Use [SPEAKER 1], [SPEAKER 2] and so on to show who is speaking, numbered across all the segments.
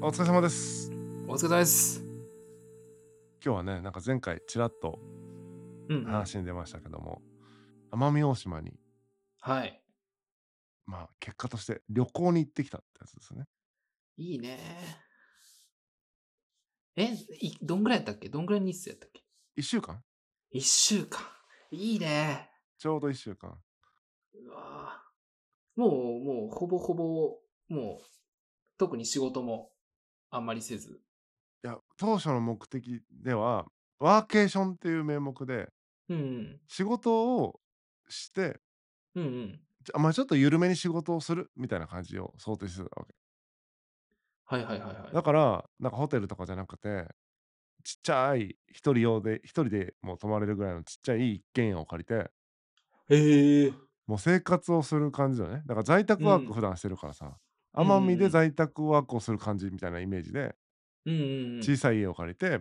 [SPEAKER 1] お疲れ様です。
[SPEAKER 2] お疲れ様です。
[SPEAKER 1] 今日はね、なんか前回ちらっと
[SPEAKER 2] うん
[SPEAKER 1] 話に出ましたけども、奄美大島に、
[SPEAKER 2] はい。
[SPEAKER 1] まあ結果として旅行に行ってきたってやつですね。
[SPEAKER 2] いいね。え、いどんぐらいやったっけどんぐらい日数やったっけ
[SPEAKER 1] 1週間
[SPEAKER 2] ?1 週間。いいね。
[SPEAKER 1] ちょうど1週間。
[SPEAKER 2] うわぁもう、もう、ほぼほぼ、もう、特に仕事もあんまりせず。
[SPEAKER 1] いや、当初の目的では、ワーケーションっていう名目で、
[SPEAKER 2] うん
[SPEAKER 1] 仕事をして、
[SPEAKER 2] うん。うんうん。
[SPEAKER 1] ちょまあちょっと緩めに仕事をするみたいな感じを想定してたわけ。
[SPEAKER 2] はいはいはいはい。
[SPEAKER 1] だから、なんかホテルとかじゃなくて、ちっちゃい、一人用で、一人でもう泊まれるぐらいのちっちゃい一軒家を借りて、
[SPEAKER 2] へえ。
[SPEAKER 1] もう生活をする感じだよね。だから在宅ワー
[SPEAKER 2] うん
[SPEAKER 1] ク普段してるからさ、
[SPEAKER 2] うんうんうん
[SPEAKER 1] 奄美で在宅ワークをする感じみたいなイメージで、
[SPEAKER 2] うんうんうん。
[SPEAKER 1] 小さい家を借りて、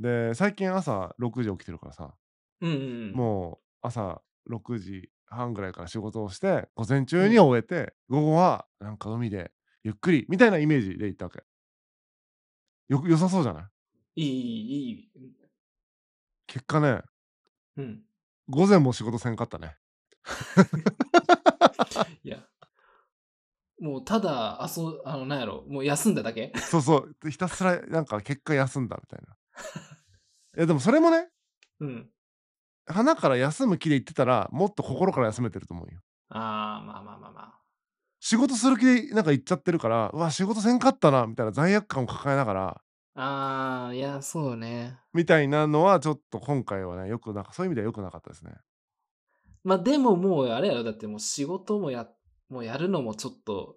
[SPEAKER 1] で、最近朝6時起きてるからさ、
[SPEAKER 2] うんうん。うん。
[SPEAKER 1] もう朝6時半ぐらいから仕事をして、午前中に終えて、午後はなんか海でゆっくりみたいなイメージで行ったわけ。よく良さそうじゃない
[SPEAKER 2] いい、いい。
[SPEAKER 1] 結果ね、
[SPEAKER 2] うん。
[SPEAKER 1] 午前も仕事せんかったね。
[SPEAKER 2] いや。もう、ただ、あそ、あの、なんやろ、もう休んだだ け
[SPEAKER 1] そうそう、ひたすらなんか結果休んだみたいな。いやでもそれもね、
[SPEAKER 2] うん。
[SPEAKER 1] 花から休む気で言ってたらもっと心から休めてると思うよ
[SPEAKER 2] ああ、まあまあまあまあ。
[SPEAKER 1] 仕事する気でなんか行っちゃってるからうわ仕事せんかったなみたいな罪悪感を抱えながら
[SPEAKER 2] ああ、いや、そうね。
[SPEAKER 1] みたいなのはちょっと今回はねよくなんかそういう意味では良くなかったですね
[SPEAKER 2] まあでももうあれやろ、だってもう仕事もや、もうやるのもちょっと、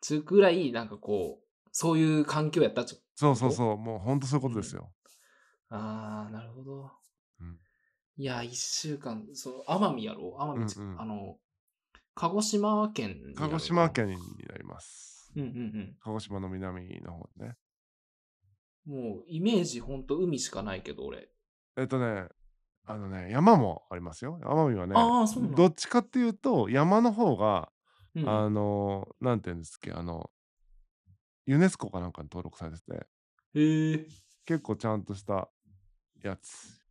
[SPEAKER 2] 中くらいなんかこう、そういう環境やったちょ。
[SPEAKER 1] そうそうそうもうほんとそういうことですよ、
[SPEAKER 2] ああ、なるほど。
[SPEAKER 1] うん
[SPEAKER 2] いや、一週間、その、奄美やろ奄美ち、
[SPEAKER 1] うんうん
[SPEAKER 2] あの、鹿児島県になるのか
[SPEAKER 1] 鹿
[SPEAKER 2] な
[SPEAKER 1] 児島。県になります
[SPEAKER 2] うんうん
[SPEAKER 1] 鹿児島の南の方ね
[SPEAKER 2] うん。もう、イメージほんと海しかないけど、俺。
[SPEAKER 1] えっとねあのね山もありますよ奄美はね
[SPEAKER 2] ああ、そうなん
[SPEAKER 1] どっちかっていうと山の方が、
[SPEAKER 2] うん
[SPEAKER 1] あのなんていうんですっけあのユネスコかなんかに登録されてて
[SPEAKER 2] へえ。
[SPEAKER 1] 結構ちゃんとしたやつ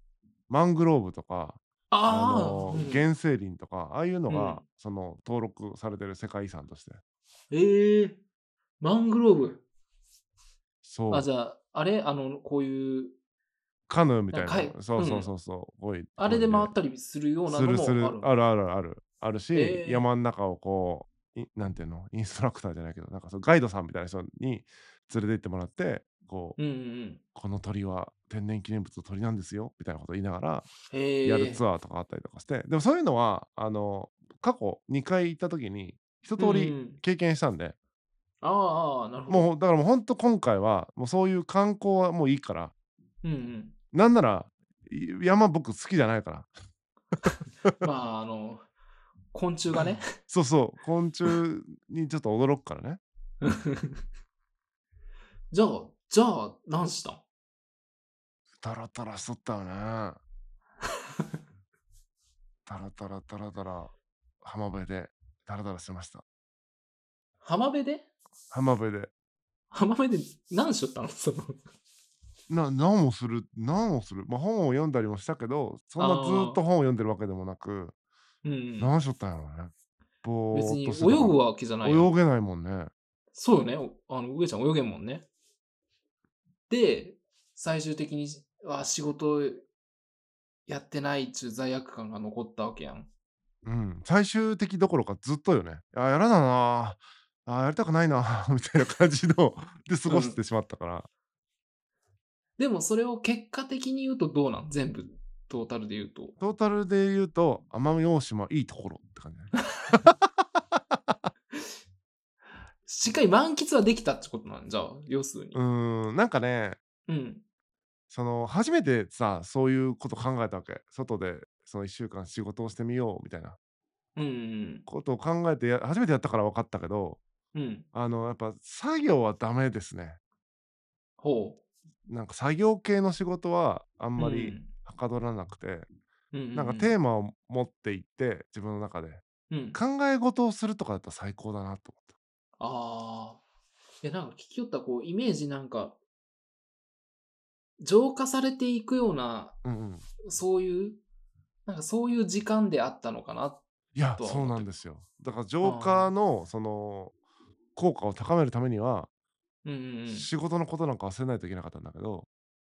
[SPEAKER 1] マングローブとかあ
[SPEAKER 2] ああ、
[SPEAKER 1] の
[SPEAKER 2] うん
[SPEAKER 1] 原生林とかああいうのが、
[SPEAKER 2] うん
[SPEAKER 1] その登録されてる世界遺産として
[SPEAKER 2] ええマングローブ。
[SPEAKER 1] そ
[SPEAKER 2] あ、
[SPEAKER 1] う
[SPEAKER 2] じゃあ、あれあの、こういう、
[SPEAKER 1] カヌーみたい
[SPEAKER 2] なんか
[SPEAKER 1] な
[SPEAKER 2] 貝
[SPEAKER 1] そうそううんそうそう、多い
[SPEAKER 2] あれで回ったたりするような
[SPEAKER 1] す
[SPEAKER 2] の
[SPEAKER 1] る
[SPEAKER 2] もあ
[SPEAKER 1] す
[SPEAKER 2] る
[SPEAKER 1] る
[SPEAKER 2] の
[SPEAKER 1] あるあるあるあるし、
[SPEAKER 2] えー
[SPEAKER 1] 山の中をこういなんていうのインストラクターじゃないけどなんかそうガイドさんみたいな人に連れて行ってもらってこう、
[SPEAKER 2] うんうんうん。
[SPEAKER 1] この鳥は天然記念物の鳥なんですよみたいなこと言いながら
[SPEAKER 2] へえ。
[SPEAKER 1] やるツアーとかあったりとかして、でもそういうのはあの過去2回行った時に一通
[SPEAKER 2] うんう
[SPEAKER 1] り
[SPEAKER 2] ん
[SPEAKER 1] 経験したんで、
[SPEAKER 2] ああああ、なるほど。
[SPEAKER 1] もうだからもうほんと今回はもうそういう観光はもういいから
[SPEAKER 2] うんうん。
[SPEAKER 1] なんならい山僕好きじゃないから
[SPEAKER 2] まあ、あの、昆虫がね。
[SPEAKER 1] そうそう昆虫にちょっと驚くからね
[SPEAKER 2] じゃあ、じゃあ、何したん
[SPEAKER 1] タラタラしとったよねタラタラタラタラ浜辺でタラタラしてました
[SPEAKER 2] 浜辺で
[SPEAKER 1] 浜辺で
[SPEAKER 2] 浜辺で何しとったのその。
[SPEAKER 1] な何をする何をする、まあ、本を読んだりもしたけどそんなずーっと本を読んでるわけでもなく
[SPEAKER 2] うんうん。
[SPEAKER 1] 何しとったんやろうねぼ
[SPEAKER 2] 別
[SPEAKER 1] ーっ
[SPEAKER 2] に
[SPEAKER 1] と
[SPEAKER 2] 泳
[SPEAKER 1] してたから
[SPEAKER 2] ぐわけじゃないよ。
[SPEAKER 1] 泳げないもんね
[SPEAKER 2] そうよね。おあの、上ちゃん泳げんもんね。で、最終的に、あ、仕事やってないっちゅう罪悪感が残ったわけやん。
[SPEAKER 1] うん最終的どころかずっとよねあやらだなああやりたくないな みたいな感じ ので過ごしてしまったから、
[SPEAKER 2] でもそれを結果的に言うとどうなん全部、トータルで言うと。
[SPEAKER 1] トータルで言うと奄美大島いいところって感じだね
[SPEAKER 2] しっかり満喫はできたってことなんじゃあ、要するに
[SPEAKER 1] う。ーんなんかね
[SPEAKER 2] うん。
[SPEAKER 1] その初めてさそういうこと考えたわけ外でその1週間仕事をしてみようみたいな
[SPEAKER 2] うん。うん
[SPEAKER 1] ことを考えてや初めてやったから分かったけど
[SPEAKER 2] うん。
[SPEAKER 1] あのやっぱ作業はダメですね
[SPEAKER 2] ほ
[SPEAKER 1] なんか作業系の仕事はあ
[SPEAKER 2] う。
[SPEAKER 1] んまり。はかどらなくて、
[SPEAKER 2] うん。
[SPEAKER 1] なんかテーマを持っていって自分の中で
[SPEAKER 2] うん。
[SPEAKER 1] 考え事をするとかだったら最高だなと思っ
[SPEAKER 2] ああ。いや、なんか聞きよった、こう、イメージなんか、浄化されていくような、
[SPEAKER 1] うんうん、
[SPEAKER 2] そういう、なんかそういう時間であったのかな。
[SPEAKER 1] いや
[SPEAKER 2] とは
[SPEAKER 1] そ
[SPEAKER 2] 思
[SPEAKER 1] う
[SPEAKER 2] って
[SPEAKER 1] なんですよだからジョーカーのその効果を高めるためには
[SPEAKER 2] うんうん
[SPEAKER 1] 仕事のことなんか忘れないといけなかったんだけど、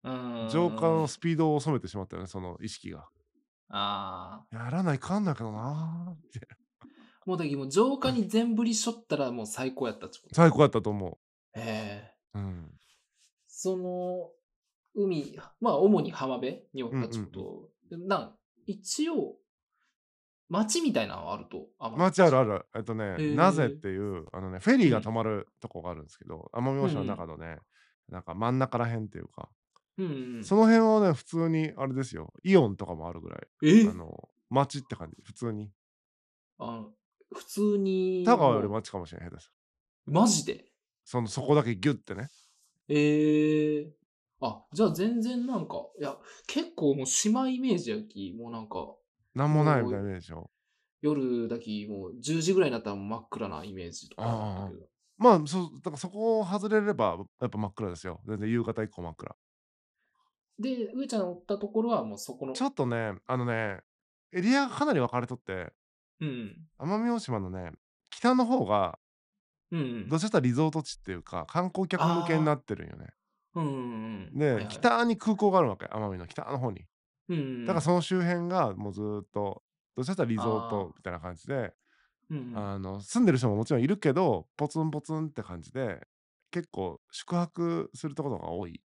[SPEAKER 2] うん。うん
[SPEAKER 1] ジョーカーのスピードを収めてしまったよねその意識が
[SPEAKER 2] ああ。
[SPEAKER 1] やらないかんだけどなーって
[SPEAKER 2] もうだけど、もう浄化に全振りしょったらもう最高やったってこと。
[SPEAKER 1] 最高やったと思
[SPEAKER 2] ええ
[SPEAKER 1] ううん
[SPEAKER 2] その、海、まあ主に浜辺におったってこと。でもなん一応、町みたいなのはあると。あ
[SPEAKER 1] 街あるあるえっとね
[SPEAKER 2] ー
[SPEAKER 1] なぜっていうあのねフェリーが止まるとこがあるんですけど奄美大島の中のね、なんか真ん中らへんっていうか、
[SPEAKER 2] うんうん、
[SPEAKER 1] その辺はね普通にあれですよイオンとかもあるぐらい
[SPEAKER 2] え
[SPEAKER 1] あの街って感じ普通に
[SPEAKER 2] あの普通に。
[SPEAKER 1] 田川より街かもしれない下手したら
[SPEAKER 2] マジで
[SPEAKER 1] そのそこだけギュッてね
[SPEAKER 2] ええあ、じゃあ全然なんか、いや、結構もう島イメージやき、もうなんか、
[SPEAKER 1] なんもないみたいなイメージでしょ
[SPEAKER 2] 夜だき、もう10時ぐらいになったらもう真っ暗なイメージとかあったけど。
[SPEAKER 1] まあそうだからそこを外れればやっぱ真っ暗ですよ全然夕方以降真っ暗
[SPEAKER 2] で、上ちゃんのおったところはもうそこの、
[SPEAKER 1] ちょっとねあのねエリアがかなり分かれとって
[SPEAKER 2] うん。
[SPEAKER 1] 奄美大島のね北の方が
[SPEAKER 2] うんうん。
[SPEAKER 1] どうしたらリゾート地っていうか観光客向けになってるんよね
[SPEAKER 2] うんうんうん。
[SPEAKER 1] で、
[SPEAKER 2] はいはい、
[SPEAKER 1] 北に空港があるわけ奄美の北の方に
[SPEAKER 2] うんうん、
[SPEAKER 1] だからその周辺がもうずーっとどうしたらリゾートみたいな感じで
[SPEAKER 2] うんうん、
[SPEAKER 1] あの住んでる人ももちろんいるけどポツンポツンって感じで結構宿泊するところが多い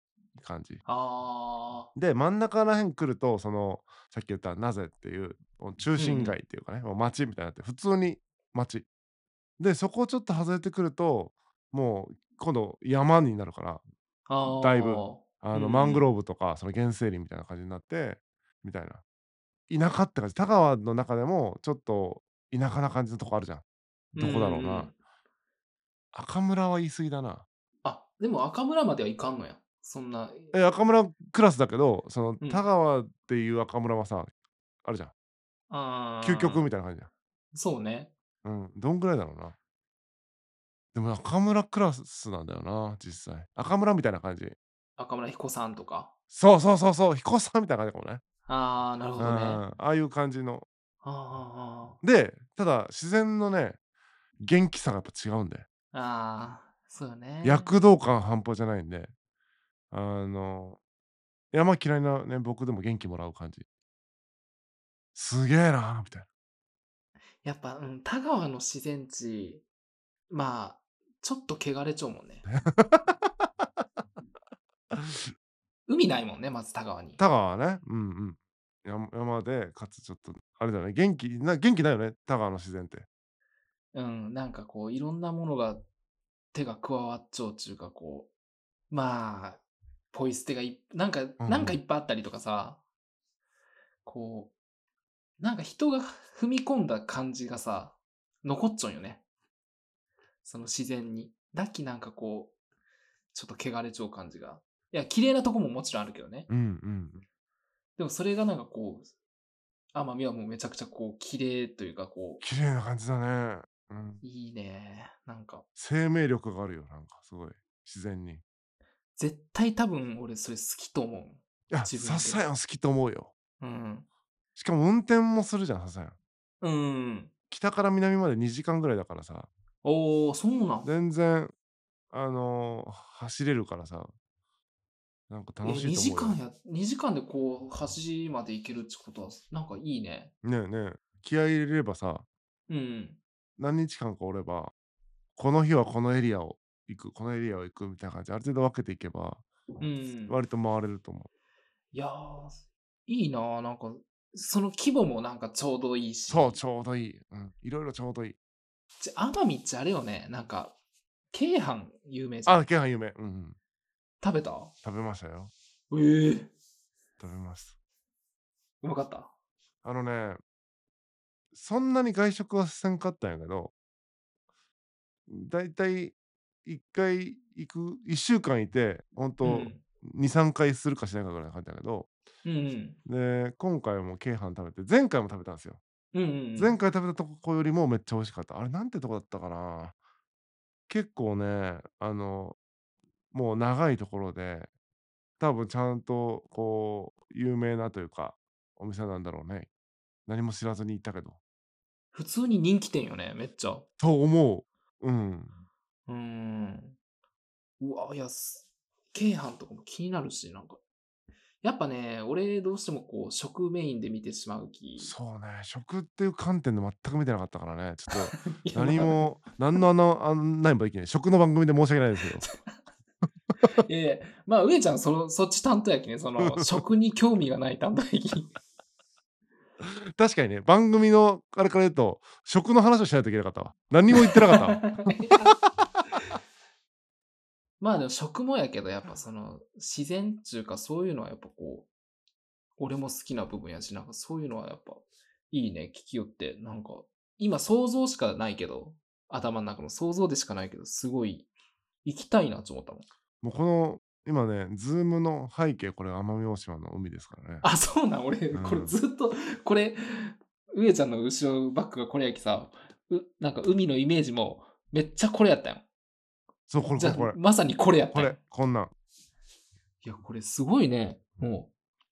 [SPEAKER 1] 感じ
[SPEAKER 2] あ
[SPEAKER 1] で真ん中らへん来るとそのさっき言った「なぜ」っていうもう中心街っていうかね、もう街みたいになって普通に街でそこをちょっと外れてくるともう今度山になるから
[SPEAKER 2] ーあー。
[SPEAKER 1] だいぶ
[SPEAKER 2] う
[SPEAKER 1] あ
[SPEAKER 2] んうん
[SPEAKER 1] の
[SPEAKER 2] うん
[SPEAKER 1] マングローブとかその原生林みたいな感じになってみたいな田舎って感じ田川の中でもちょっと田舎な感じのとこあるじゃんどこだろうな、
[SPEAKER 2] んんん
[SPEAKER 1] 赤村は言い過ぎだな
[SPEAKER 2] あ、でも赤村まではいかんのや。そんな。
[SPEAKER 1] え赤村クラスだけどその
[SPEAKER 2] うん
[SPEAKER 1] 田川っていう赤村はさ、あるじゃん
[SPEAKER 2] あー
[SPEAKER 1] 究極みたいな感じじ
[SPEAKER 2] そうね。
[SPEAKER 1] ゃんうんどんぐらいだろうなでも赤村クラスなんだよな実際赤村みたいな感じ
[SPEAKER 2] 赤村彦さんとか。
[SPEAKER 1] そうそうそうそう彦さんみたいな感じかもね
[SPEAKER 2] ああ、なるほ
[SPEAKER 1] う
[SPEAKER 2] ど
[SPEAKER 1] ん
[SPEAKER 2] ね。あー
[SPEAKER 1] ああいう感じの
[SPEAKER 2] あー
[SPEAKER 1] でただ自然のね元気さがやっぱ違うんで、
[SPEAKER 2] あーあー、そうよね。
[SPEAKER 1] 躍動感半端じゃないんであの山嫌いなね僕でも元気もらう感じすげえなみたいな
[SPEAKER 2] やっぱ、うん、田川の自然地、まあ、ちょっと汚れちゃうもんね。海ないもんね、まず田川に。
[SPEAKER 1] 田川はねうんうん山山でかつちょっとあれだよね元気な元気だよね田川の自然って
[SPEAKER 2] うん、なんかこう、いろんなものが、手が加わっちゃうっていうか、こう、まあ、ポイ捨てがい、なんか、
[SPEAKER 1] うん
[SPEAKER 2] なんかいっぱいあったりとかさ、こう、なんか人が踏み込んだ感じがさ、残っちゃうんよね。その自然に。だっきなんかこう、ちょっと汚れちゃう感じが。いや、綺麗なとこももちろんあるけどね。
[SPEAKER 1] うんうん
[SPEAKER 2] でもそれがなんかこう、奄美はもうめちゃくちゃこう、綺麗というかこ
[SPEAKER 1] 綺麗な感じだね、うん、
[SPEAKER 2] う、いいね。なんか、
[SPEAKER 1] 生命力があるよなんかすごい自然にい
[SPEAKER 2] 絶対多分俺それ好きと思
[SPEAKER 1] や
[SPEAKER 2] 自分で
[SPEAKER 1] 笹山好きと思うよ
[SPEAKER 2] う。うん。
[SPEAKER 1] しかも運転もするじゃん笹山
[SPEAKER 2] うん。
[SPEAKER 1] 北から南まで2時間ぐらいだからさ
[SPEAKER 2] おー、そうなん
[SPEAKER 1] 全然あのー走れるからさなんか楽しいと思う
[SPEAKER 2] 2時間
[SPEAKER 1] よ
[SPEAKER 2] や、2時間でこう、端まで行けるってことは、なんかいいね。
[SPEAKER 1] ねえねえ気合い入れればさ
[SPEAKER 2] うん。
[SPEAKER 1] 何日間かおればこの日はこのエリアを行くこのエリアを行くみたいな感じある程度分けていけば
[SPEAKER 2] うん。
[SPEAKER 1] 割と回れると思う、
[SPEAKER 2] いやー、いいなーなんか、その規模もなんかちょうどいいし。
[SPEAKER 1] そうちょうどいい、うん、いろいろちょうどいい
[SPEAKER 2] ちょ。奄美ってあれよね、なんか、京阪有名じゃん。
[SPEAKER 1] あ京阪有名うん、うん、
[SPEAKER 2] 食べた
[SPEAKER 1] 食べましたよ
[SPEAKER 2] ええ
[SPEAKER 1] 食べました
[SPEAKER 2] うまかった。
[SPEAKER 1] あのねそんなに外食はせんかったんやけどだいたい1回行く1週間いてほん
[SPEAKER 2] う
[SPEAKER 1] と
[SPEAKER 2] ん。
[SPEAKER 1] 23回するかしないかぐらいの感じだけど
[SPEAKER 2] うん
[SPEAKER 1] で今回も京阪食べて前回も食べたんですよ
[SPEAKER 2] うん。うんうんうん。
[SPEAKER 1] 前回食べたとこよりもめっちゃ美味しかったあれなんてとこだったかな結構ね、あの、もう長いところで、多分ちゃんと、こう、有名なというか、お店なんだろうね。何も知らずに行ったけど。
[SPEAKER 2] 普通に人気店よね、めっちゃ。
[SPEAKER 1] と思う。うん。
[SPEAKER 2] うーん。うわ、いや、す京阪とかも気になるし、なんか。やっぱね、俺どうしてもこう、食メインで見てしまうき。
[SPEAKER 1] そうね、食っていう観点で全く見てなかったからね、ちょ っと
[SPEAKER 2] いや
[SPEAKER 1] 何
[SPEAKER 2] まあ
[SPEAKER 1] も、何のあの案内もできない。食の番組で申し訳ないですけど。
[SPEAKER 2] いやいや、まあ、上ちゃんその、そっち担当やきね、その、食に興味がない担当やき。
[SPEAKER 1] 確かにね、番組のあれから言うと、食の話をしないといけなかったわ。何も言ってなかったわ。
[SPEAKER 2] まあでも食もやけど、やっぱその、自然っていうか、そういうのはやっぱこう、俺も好きな部分やし、なんかそういうのはやっぱ、いいね、聞きよって、なんか、今想像しかないけど、頭の中の想像でしかないけど、すごい、行きたいなと思ったもん。
[SPEAKER 1] もうこの、今ね、ズームの背景、これ奄美大島の海ですからね。
[SPEAKER 2] あ、そうなん、俺、
[SPEAKER 1] うん
[SPEAKER 2] これずっと、これ、上ちゃんの後ろバックがこれやきさ、うなんか海のイメージも、めっちゃこれやったよ。
[SPEAKER 1] そう、これ、
[SPEAKER 2] じ
[SPEAKER 1] こ
[SPEAKER 2] ゃ
[SPEAKER 1] れ、
[SPEAKER 2] あ
[SPEAKER 1] これ、
[SPEAKER 2] まさにこれやった
[SPEAKER 1] こ
[SPEAKER 2] よ
[SPEAKER 1] れ、こんなん。
[SPEAKER 2] いや、これすごいね。もう、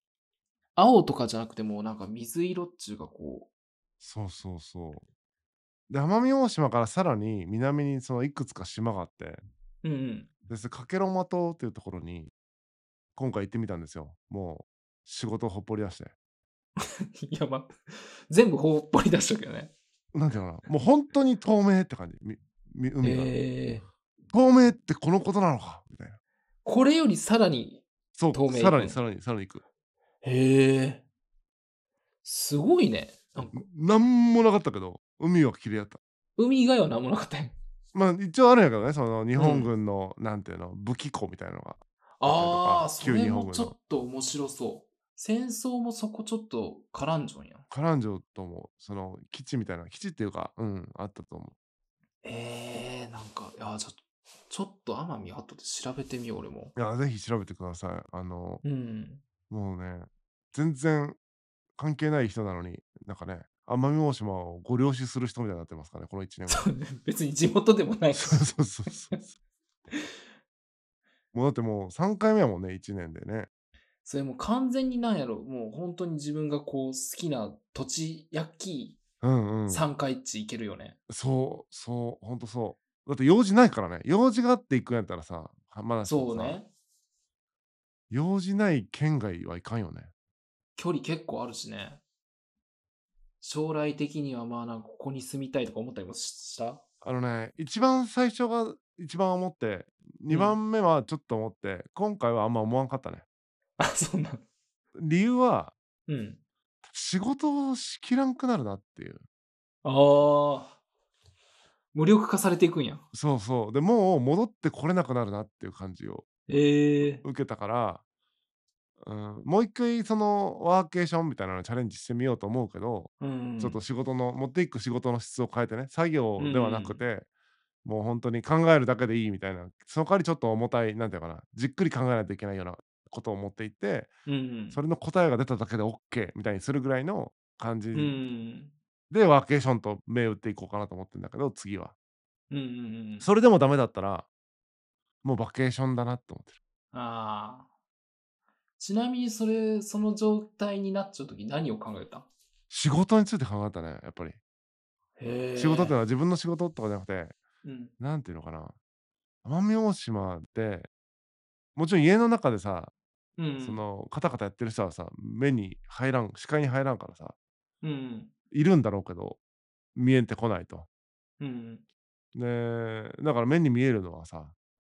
[SPEAKER 2] 青とかじゃなくてもうなんか水色っちゅうかこ
[SPEAKER 1] そうそうそう。で、奄美大島からさらに南にそのいくつか島があって、
[SPEAKER 2] う、うんうん。
[SPEAKER 1] で、それかけろま島っていうところに、今回行ってみたんですよ。もう、仕事をほっぽり出して。
[SPEAKER 2] いや、まあ、全部ほっぽり出したけどね。
[SPEAKER 1] なんていうのかな、もう本当に透明って感じ。みみ海が、
[SPEAKER 2] えー、
[SPEAKER 1] 透明ってこのことなのかみたいな。
[SPEAKER 2] これよりさらに、
[SPEAKER 1] そう、
[SPEAKER 2] 透明
[SPEAKER 1] さらに
[SPEAKER 2] うん
[SPEAKER 1] さらにさらに行く。
[SPEAKER 2] へえ。すごいね。なんか
[SPEAKER 1] なんもなかったけど、海は綺麗だった。
[SPEAKER 2] 海以外は何もなかったよ。
[SPEAKER 1] まあ一応あるんやけどね、その日本軍の、なんていうの、武器庫みたいなのが。
[SPEAKER 2] ああ、そ
[SPEAKER 1] 旧日
[SPEAKER 2] れ
[SPEAKER 1] 本軍
[SPEAKER 2] も
[SPEAKER 1] の
[SPEAKER 2] ちょっと面白そう。戦争もそこちょっと絡んじょんや。
[SPEAKER 1] カランジョとも、その基地みたいな、基地っていうか、うん、あったと思
[SPEAKER 2] ええなんか、いや、ちょっと、ちょっと奄美後で調べてみよう、俺も。
[SPEAKER 1] う。いや、ぜひ調べてください。あの、
[SPEAKER 2] うん。
[SPEAKER 1] もうね、全然関係ない人なのに、なんかね、奄美大島をご了承する人みたいになってますからね、この1年
[SPEAKER 2] そうね別に地元でもないし
[SPEAKER 1] そうそうそうそうそう。もうだってもう3回目やもんね、1年でね。
[SPEAKER 2] それもう完全になんやろもう本当に自分がこう好きな土地やっき
[SPEAKER 1] うんうん。
[SPEAKER 2] 3回地行けるよね、
[SPEAKER 1] そう、そう、ほんとそう。だって用事ないからね。用事があって行くんやったらさ、はまだしも
[SPEAKER 2] そう
[SPEAKER 1] さ
[SPEAKER 2] ね
[SPEAKER 1] 用事ない県外はいかんよね。
[SPEAKER 2] 距離結構あるしね将来的にはまあなんかここに住みたいとか思ったりもしした
[SPEAKER 1] あのね、一番最初が一番思って、
[SPEAKER 2] う
[SPEAKER 1] 2
[SPEAKER 2] ん
[SPEAKER 1] 番目はちょっと思って、今回はあんま思わんかったね。
[SPEAKER 2] あそんな
[SPEAKER 1] 理由は、
[SPEAKER 2] うん
[SPEAKER 1] 仕事をしきらんくなるなっていう。
[SPEAKER 2] ああ無力化されていくんや
[SPEAKER 1] そうそう。でもう戻ってこれなくなるなっていう感じを
[SPEAKER 2] ええ
[SPEAKER 1] 受けたから、うん、もう一回そのワーケーションみたいなのにチャレンジしてみようと思うけど、
[SPEAKER 2] うん
[SPEAKER 1] ちょっと仕事の持っていく仕事の質を変えてね作業ではなくて、もう本当に考えるだけでいいみたいなその代わりちょっと重たいなんていうのかなじっくり考えないといけないようなことを持っていって
[SPEAKER 2] うんうん
[SPEAKER 1] それの答えが出ただけで OK みたいにするぐらいの感じ
[SPEAKER 2] うん
[SPEAKER 1] でワーケーションと銘打っていこうかなと思ってんだけど次は
[SPEAKER 2] うんうんうん
[SPEAKER 1] それでもダメだったらもうバケーションだなって思ってる
[SPEAKER 2] ああちなみにそれその状態になっちゃう時何を考えた
[SPEAKER 1] 仕事について考えたねやっぱり仕事っていうのは自分の仕事とかじゃなくて
[SPEAKER 2] うん
[SPEAKER 1] なんていうのかな奄美大島ってもちろん家の中でさ、
[SPEAKER 2] うん
[SPEAKER 1] そのカタカタやってる人はさ目に入らん視界に入らんからさ
[SPEAKER 2] うん
[SPEAKER 1] いるんだろうけど見えてこないと。
[SPEAKER 2] うん
[SPEAKER 1] でだから目に見えるのはさ、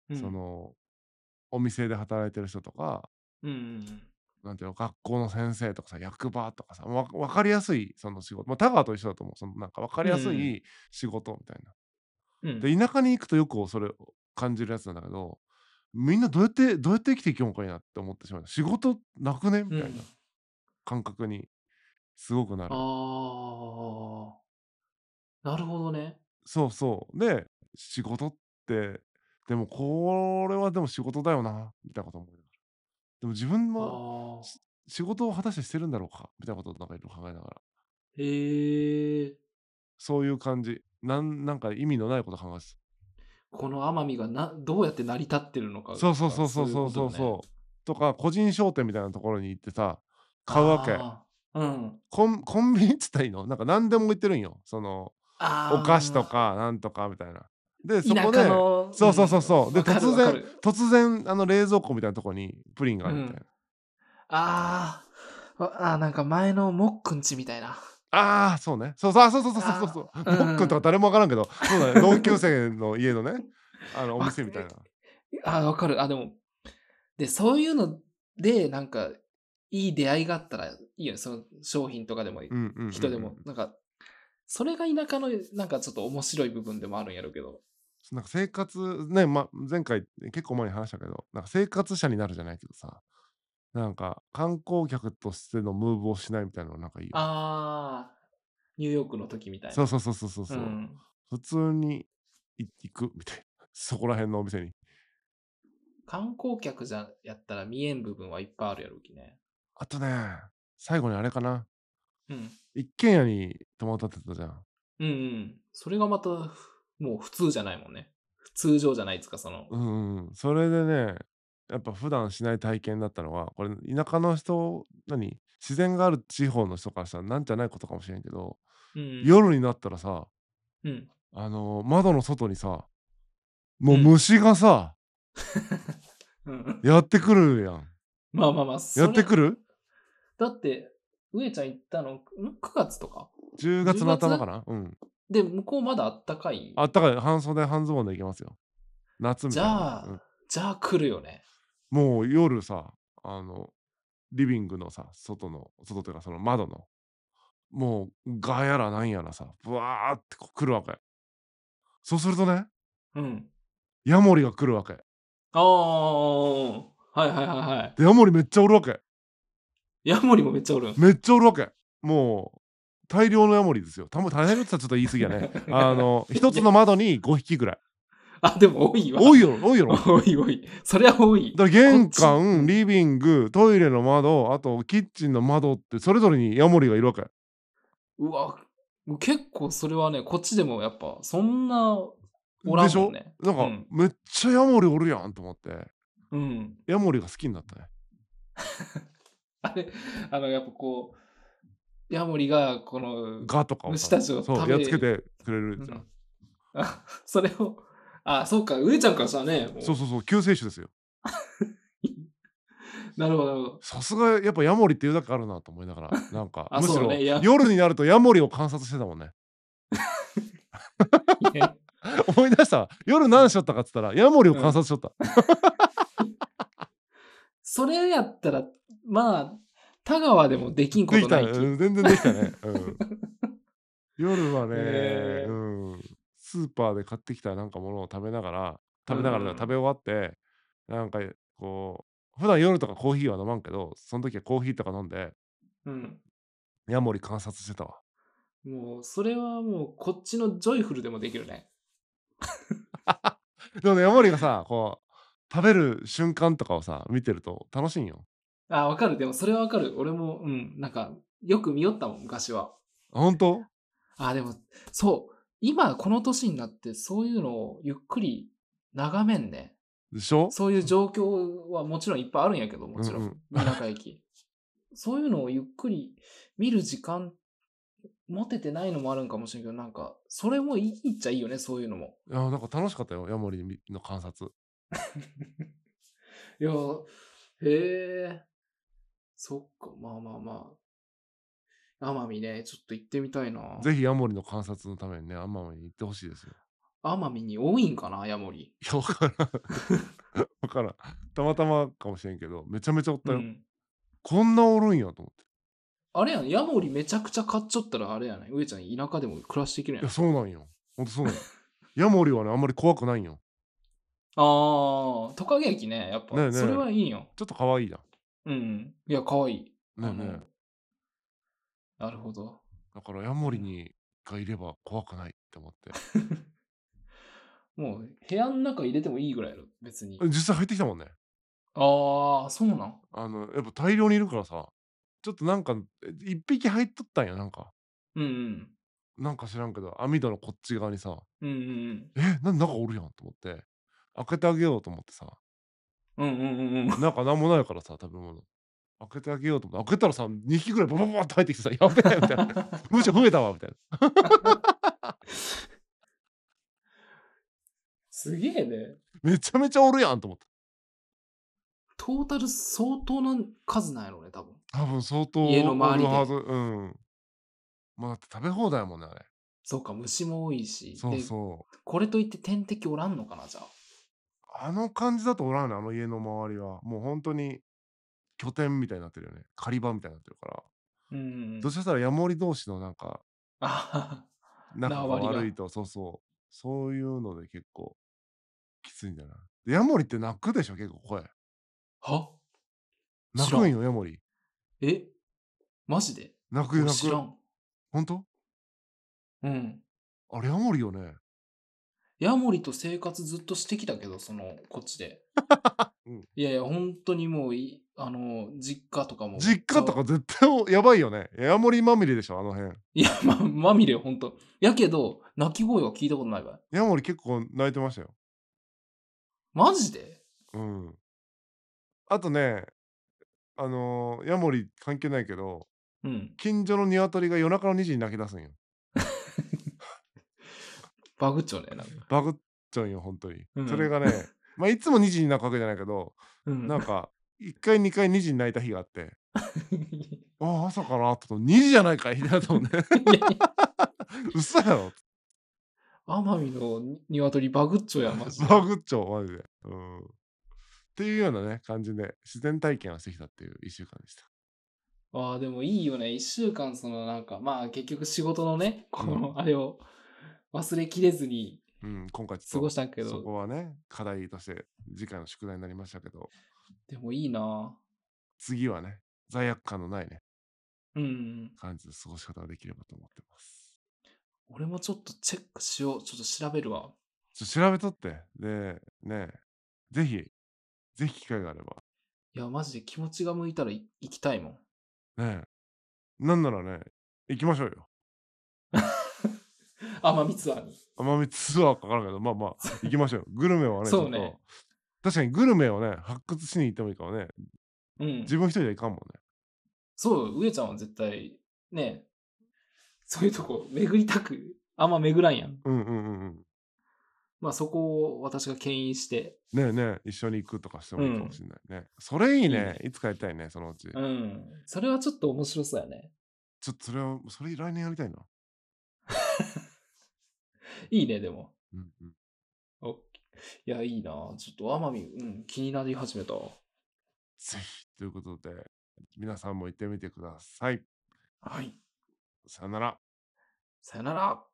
[SPEAKER 2] うん
[SPEAKER 1] そのお店で働いてる人とか
[SPEAKER 2] うん
[SPEAKER 1] なんていうの学校の先生とかさ役場とかさわ分かりやすいその仕事、まあ、タガーと一緒だと思うそのなんか分かりやす
[SPEAKER 2] うんう
[SPEAKER 1] い仕事みたいな。
[SPEAKER 2] うん
[SPEAKER 1] で田舎に行くとよくそれを感じるやつなんだけどみんなどうやってどうやって生きていけんのかいなって思ってしまう仕事なくねみたいな
[SPEAKER 2] うん
[SPEAKER 1] 感覚にすごくなる、
[SPEAKER 2] ああなるほどね
[SPEAKER 1] そうそうで仕事ってでもこれはでも仕事だよなみたいなこと思いながらでも自分
[SPEAKER 2] あ
[SPEAKER 1] は
[SPEAKER 2] ー
[SPEAKER 1] 仕事を果たしてしてるんだろうかみたいなことをなんかいろいろ考えながら
[SPEAKER 2] へえ
[SPEAKER 1] そういう感じなんなんか意味のないこと考えてた
[SPEAKER 2] この奄美がなどうやって成り立ってるのか
[SPEAKER 1] そうそうそうそうそうそうそうとか個人商店みたいなところに行ってさ買うわけ
[SPEAKER 2] けうん
[SPEAKER 1] コンコンビニっつったらいいのなんか何でも売ってるんよその
[SPEAKER 2] あ
[SPEAKER 1] お
[SPEAKER 2] ー
[SPEAKER 1] 菓子とかなんとかみたいなでそ
[SPEAKER 2] 田
[SPEAKER 1] こ
[SPEAKER 2] 舎
[SPEAKER 1] で
[SPEAKER 2] の
[SPEAKER 1] そうそうそうそうで
[SPEAKER 2] わかる
[SPEAKER 1] 突然
[SPEAKER 2] わかる
[SPEAKER 1] 突然あの冷蔵庫みたいなとこにプリンがあるみたいな、
[SPEAKER 2] うんあーわあーなんか前のもっくんちみたいな
[SPEAKER 1] ああそうねそうそうあそうそうそうそうそう
[SPEAKER 2] あ
[SPEAKER 1] も
[SPEAKER 2] ーうん
[SPEAKER 1] っくんとか誰もわからんけどそうだね 同級生の家のねあのお店みたいな
[SPEAKER 2] あーわかるあでもでそういうのでなんかいい出会いがあったらいいよねその商品とかでも
[SPEAKER 1] うんうんうんうん
[SPEAKER 2] 人でもなんかそれが田舎のなんかちょっと面白い部分でもあるんやろうけど
[SPEAKER 1] なんか生活ね、ま、前回結構前に話したけどなんか生活者になるじゃないけどさなんか観光客としてのムーブをしないみたいなのなんかいいよね
[SPEAKER 2] ああニューヨークの時みたいな
[SPEAKER 1] そうそうそうそうそうそう、
[SPEAKER 2] ん
[SPEAKER 1] 普通にい行くみたいな そこら辺のお店に
[SPEAKER 2] 観光客じゃやったら見えん部分はいっぱいあるやろうきね
[SPEAKER 1] あとね最後にあれかな
[SPEAKER 2] うん
[SPEAKER 1] 一軒家に泊まってたじゃん
[SPEAKER 2] うんうんそれがまたもう普通じゃないもんね通常じゃないっつうかその
[SPEAKER 1] うんうん、それでねやっぱ普段しない体験だったのはこれ田舎の人何自然がある地方の人からしたらなんじゃないことかもしれんけど、
[SPEAKER 2] うん
[SPEAKER 1] 夜になったらさ
[SPEAKER 2] うん
[SPEAKER 1] あのー窓の外にさもう
[SPEAKER 2] うん
[SPEAKER 1] 虫がさ、
[SPEAKER 2] うん
[SPEAKER 1] やってくるやん
[SPEAKER 2] まあまあまあ
[SPEAKER 1] やってく
[SPEAKER 2] る
[SPEAKER 1] る
[SPEAKER 2] だって上ちゃん行ったのん9月とか
[SPEAKER 1] ?10 月の頭かなうん
[SPEAKER 2] で向こうまだあったかい
[SPEAKER 1] あったかい半袖半ズボンでいけますよ夏み
[SPEAKER 2] じ
[SPEAKER 1] たい
[SPEAKER 2] ゃ
[SPEAKER 1] な
[SPEAKER 2] あ、じゃあ来るよね
[SPEAKER 1] うんもう夜さあのリビングのさ外の外というかその窓のもうガやらなんやらさブワーってこう来るわけそうするとね
[SPEAKER 2] うん
[SPEAKER 1] ヤモリが来るわけ
[SPEAKER 2] ああはいはいはいはい
[SPEAKER 1] でヤモリめっちゃおるわけ
[SPEAKER 2] ヤモリもめっちゃおるん
[SPEAKER 1] めっちゃおるわけもう大量のヤモリですよたぶん大量って言ったらちょっと言い過ぎや ねあの一つの窓に5匹ぐらい
[SPEAKER 2] あでも多いわ
[SPEAKER 1] 多いよ多いよ
[SPEAKER 2] 多い多いそりゃ多い
[SPEAKER 1] だから玄
[SPEAKER 2] こっ
[SPEAKER 1] 関
[SPEAKER 2] ち
[SPEAKER 1] リビングトイレの窓あとキッチンの窓ってそれぞれにヤモリがいるわけ
[SPEAKER 2] うわ結構それはねこっちでもやっぱそんなおら
[SPEAKER 1] で
[SPEAKER 2] ん
[SPEAKER 1] し
[SPEAKER 2] もん
[SPEAKER 1] ょ
[SPEAKER 2] ね
[SPEAKER 1] なんか、
[SPEAKER 2] うん
[SPEAKER 1] めっちゃヤモリおるやんと思って
[SPEAKER 2] うん
[SPEAKER 1] ヤモリが好きになったね
[SPEAKER 2] あれあのやっぱこうヤモリがこの
[SPEAKER 1] ガとかを
[SPEAKER 2] 虫
[SPEAKER 1] さ
[SPEAKER 2] たちを
[SPEAKER 1] そう
[SPEAKER 2] 食べ
[SPEAKER 1] やっつけてくれるじゃん、
[SPEAKER 2] あそれをあそうか上ちゃんからしたらねも
[SPEAKER 1] そうそうそう救世主ですよ
[SPEAKER 2] なるほどなるほど
[SPEAKER 1] さすがやっぱヤモリっていうだけあるなと思いなが らなんか
[SPEAKER 2] あ
[SPEAKER 1] むし
[SPEAKER 2] そう
[SPEAKER 1] ろ、
[SPEAKER 2] ねいや
[SPEAKER 1] 夜になるとヤモリを観察してたもんね
[SPEAKER 2] いや
[SPEAKER 1] 思い出した夜何しよったかっつったらヤモリを観察しよった、
[SPEAKER 2] それやったらまあ田川でもできんこ
[SPEAKER 1] で
[SPEAKER 2] と
[SPEAKER 1] き
[SPEAKER 2] な
[SPEAKER 1] た
[SPEAKER 2] い
[SPEAKER 1] ね、
[SPEAKER 2] き
[SPEAKER 1] うん全然できたね、 うん、夜はね、
[SPEAKER 2] へー
[SPEAKER 1] うん、スーパーで買ってきたなんかものを食べながら食べながらだ
[SPEAKER 2] うん
[SPEAKER 1] 食べ終わってなんかこう普段夜とかコーヒーは飲まんけどその時はコーヒーとか飲んで
[SPEAKER 2] うん
[SPEAKER 1] ヤモリ観察してたわ
[SPEAKER 2] もうそれはもうこっちのジョイフルでもできるね
[SPEAKER 1] でもねヤモリがさこう食べる瞬間とかをさ見てると楽しいんよ
[SPEAKER 2] あわかるでもそれはわかる俺もうんなんかよく見よったもん昔は
[SPEAKER 1] あ本当
[SPEAKER 2] あ、でも、そう。今、この年になって、そういうのをゆっくり眺めんね。
[SPEAKER 1] でしょ
[SPEAKER 2] そういう状況はもちろんいっぱいあるんやけど、もちろ
[SPEAKER 1] うん
[SPEAKER 2] ん。田舎駅。そういうのをゆっくり見る時間、持ててないのもあるんかもしれんけど、なんか、それもいいっちゃいいよね、そういうのも。
[SPEAKER 1] いやなんか楽しかったよヤモリの観察
[SPEAKER 2] いや、へえ。そっか、まあまあまあ。奄美ね、ちょっと行ってみたいな。
[SPEAKER 1] ぜひヤモリの観察のためにねアンママに行ってほしいですよ
[SPEAKER 2] 奄美に多いんかな、ヤモリ。
[SPEAKER 1] いや、わからん。わからん。たまたまかもしれんけど、めちゃめちゃおった
[SPEAKER 2] う
[SPEAKER 1] よ。
[SPEAKER 2] ん。
[SPEAKER 1] こんなおるんやと思って。
[SPEAKER 2] あれやん、ヤモリめちゃくちゃ買っちゃったらあれやない。上ちゃん田舎でも暮らしていけるや
[SPEAKER 1] い
[SPEAKER 2] ん。
[SPEAKER 1] や、
[SPEAKER 2] あ
[SPEAKER 1] そうなんよ。ほんとそうなんよ。ヤモリはね、あんまり怖くないんよ。
[SPEAKER 2] あー、トカゲ駅ね、やっぱ。
[SPEAKER 1] ねえねえ
[SPEAKER 2] それはいいよ。
[SPEAKER 1] ちょっと可愛いじゃ
[SPEAKER 2] うん。いや、かわい
[SPEAKER 1] ん。
[SPEAKER 2] い。
[SPEAKER 1] ねえ
[SPEAKER 2] あ
[SPEAKER 1] ね
[SPEAKER 2] のなるほど。
[SPEAKER 1] え。だからヤモリにがいれば怖くないって思って。
[SPEAKER 2] もう部屋の中入れてもいいぐらいやろ、別に。
[SPEAKER 1] 実際入ってきたもんね。
[SPEAKER 2] ああ、そうなん。
[SPEAKER 1] あの、やっぱ大量にいるからさ、ちょっとなんか、え一匹入っとったんよ、なんか。
[SPEAKER 2] うんうん。
[SPEAKER 1] なんか知らんけど網戸のこっち側にさ
[SPEAKER 2] うんうん
[SPEAKER 1] えなん中おるやんと思って開けてあげようと思ってさ
[SPEAKER 2] うん。うんうんうんうん。
[SPEAKER 1] なんか何もないからさ食べ物開けてあげようと思って開けたらさ2匹ぐらいババババって入ってきてさやべえみたいなむしろ増えたわみたいな
[SPEAKER 2] すげえね。
[SPEAKER 1] めちゃめちゃおるやんと思って
[SPEAKER 2] トータル相当な数なんやろうね、多分。
[SPEAKER 1] 多分相当
[SPEAKER 2] 家の周りで
[SPEAKER 1] おるはずうんまあだって食べ放題やもんねあれ
[SPEAKER 2] そうか、虫も多いし。
[SPEAKER 1] そう
[SPEAKER 2] で
[SPEAKER 1] そう
[SPEAKER 2] これといって天敵おらんのかな、じゃあ。
[SPEAKER 1] あの感じだとおらんねあの家の周りはもう本当に拠点みたいになってるよね狩り場みたいになってるから、
[SPEAKER 2] うんうんうん
[SPEAKER 1] どう。したらヤモリ同士のなんか
[SPEAKER 2] あはは
[SPEAKER 1] 仲が
[SPEAKER 2] 縄張りが
[SPEAKER 1] 悪いとそうそうそういうので結構きついんだなでヤモリって泣くでしょ結構声
[SPEAKER 2] は
[SPEAKER 1] 泣
[SPEAKER 2] 知らん
[SPEAKER 1] くんよヤモリ
[SPEAKER 2] えマジで
[SPEAKER 1] 泣くよ
[SPEAKER 2] 俺
[SPEAKER 1] 泣
[SPEAKER 2] 知
[SPEAKER 1] く
[SPEAKER 2] らん。
[SPEAKER 1] 本当
[SPEAKER 2] うん。
[SPEAKER 1] あれヤモリよね。
[SPEAKER 2] ヤモリと生活ずっとしてきたけど、その、こっちで
[SPEAKER 1] うん
[SPEAKER 2] いやいや、本当にもうい、あの、実家とかも。
[SPEAKER 1] 実家とか絶対おやばいよねヤモリまみれでしょあの辺
[SPEAKER 2] いや、 ま、まみれよ、本当やけど、泣き声は聞いたことないわ。
[SPEAKER 1] ヤモリ結構泣いてましたよ
[SPEAKER 2] マジで
[SPEAKER 1] うんあとねあのーヤモリ関係ないけど
[SPEAKER 2] うん。
[SPEAKER 1] 近所の鶏が夜中の2時に泣き出すんよ
[SPEAKER 2] バグっちゃうね、なんか。
[SPEAKER 1] バグっちゃうんよ本当に、
[SPEAKER 2] うん
[SPEAKER 1] それが ねまあいつも2時に泣くわけじゃないけど
[SPEAKER 2] うん。
[SPEAKER 1] なんか1回2回2時に泣いた日があってああ朝かなと思って2時じゃないかいなと思 って 嘘やろ
[SPEAKER 2] 奄美の鶏バグっちょや、マジ で。
[SPEAKER 1] バグっちょマジで、うん、っていうようなね感じで自然体験をしてきたっていう1週間でした
[SPEAKER 2] ああ、でもいいよね。一週間、そのなんか、まあ結局仕事のね、この、あれを忘れきれずに
[SPEAKER 1] うん今回ち
[SPEAKER 2] 過
[SPEAKER 1] ょ
[SPEAKER 2] ご
[SPEAKER 1] っ
[SPEAKER 2] したけ
[SPEAKER 1] とそ
[SPEAKER 2] ど、
[SPEAKER 1] こはね課題として次回の宿題になりましたけど
[SPEAKER 2] でもいいな
[SPEAKER 1] 次はね罪悪感のないね
[SPEAKER 2] うん。
[SPEAKER 1] 感じの過ごし方ができればと思ってます
[SPEAKER 2] 俺もちょっとチェックしよう。ちょっと調べるわ。
[SPEAKER 1] ちょ調べとってでねぜひぜひ機会があれば
[SPEAKER 2] いや、マジで気持ちが向いたらい行きたいもん。
[SPEAKER 1] ねなんならね行きましょうよ
[SPEAKER 2] 奄美ツアーに。
[SPEAKER 1] 奄美ツアーはかからんけどまあまあ行きましょうよグルメはね
[SPEAKER 2] そうね
[SPEAKER 1] ちょっと確かにグルメをね発掘しに行ってもいいからね
[SPEAKER 2] うん。
[SPEAKER 1] 自分一人じゃいかんもんね
[SPEAKER 2] そうよ、上ちゃんは絶対、ね、そういうとこ巡りたく、あんま巡らんやん。
[SPEAKER 1] うんうんうんうん
[SPEAKER 2] まあそこを私が牽引して、
[SPEAKER 1] ねえねえ一緒に行くとかしてもいいかもしれないね、それいいねいつかやりたいねそのうち、
[SPEAKER 2] うん。それはちょっと面白そうやね。
[SPEAKER 1] ちょっとそれをそれ来年やりたいな、
[SPEAKER 2] いいね、でも。
[SPEAKER 1] うんうん、
[SPEAKER 2] おいや、いいなぁちょっと奄美、うん、気になり始めた。は
[SPEAKER 1] ぜひということで皆さんも行ってみてください
[SPEAKER 2] い。
[SPEAKER 1] さよなら
[SPEAKER 2] さよなら。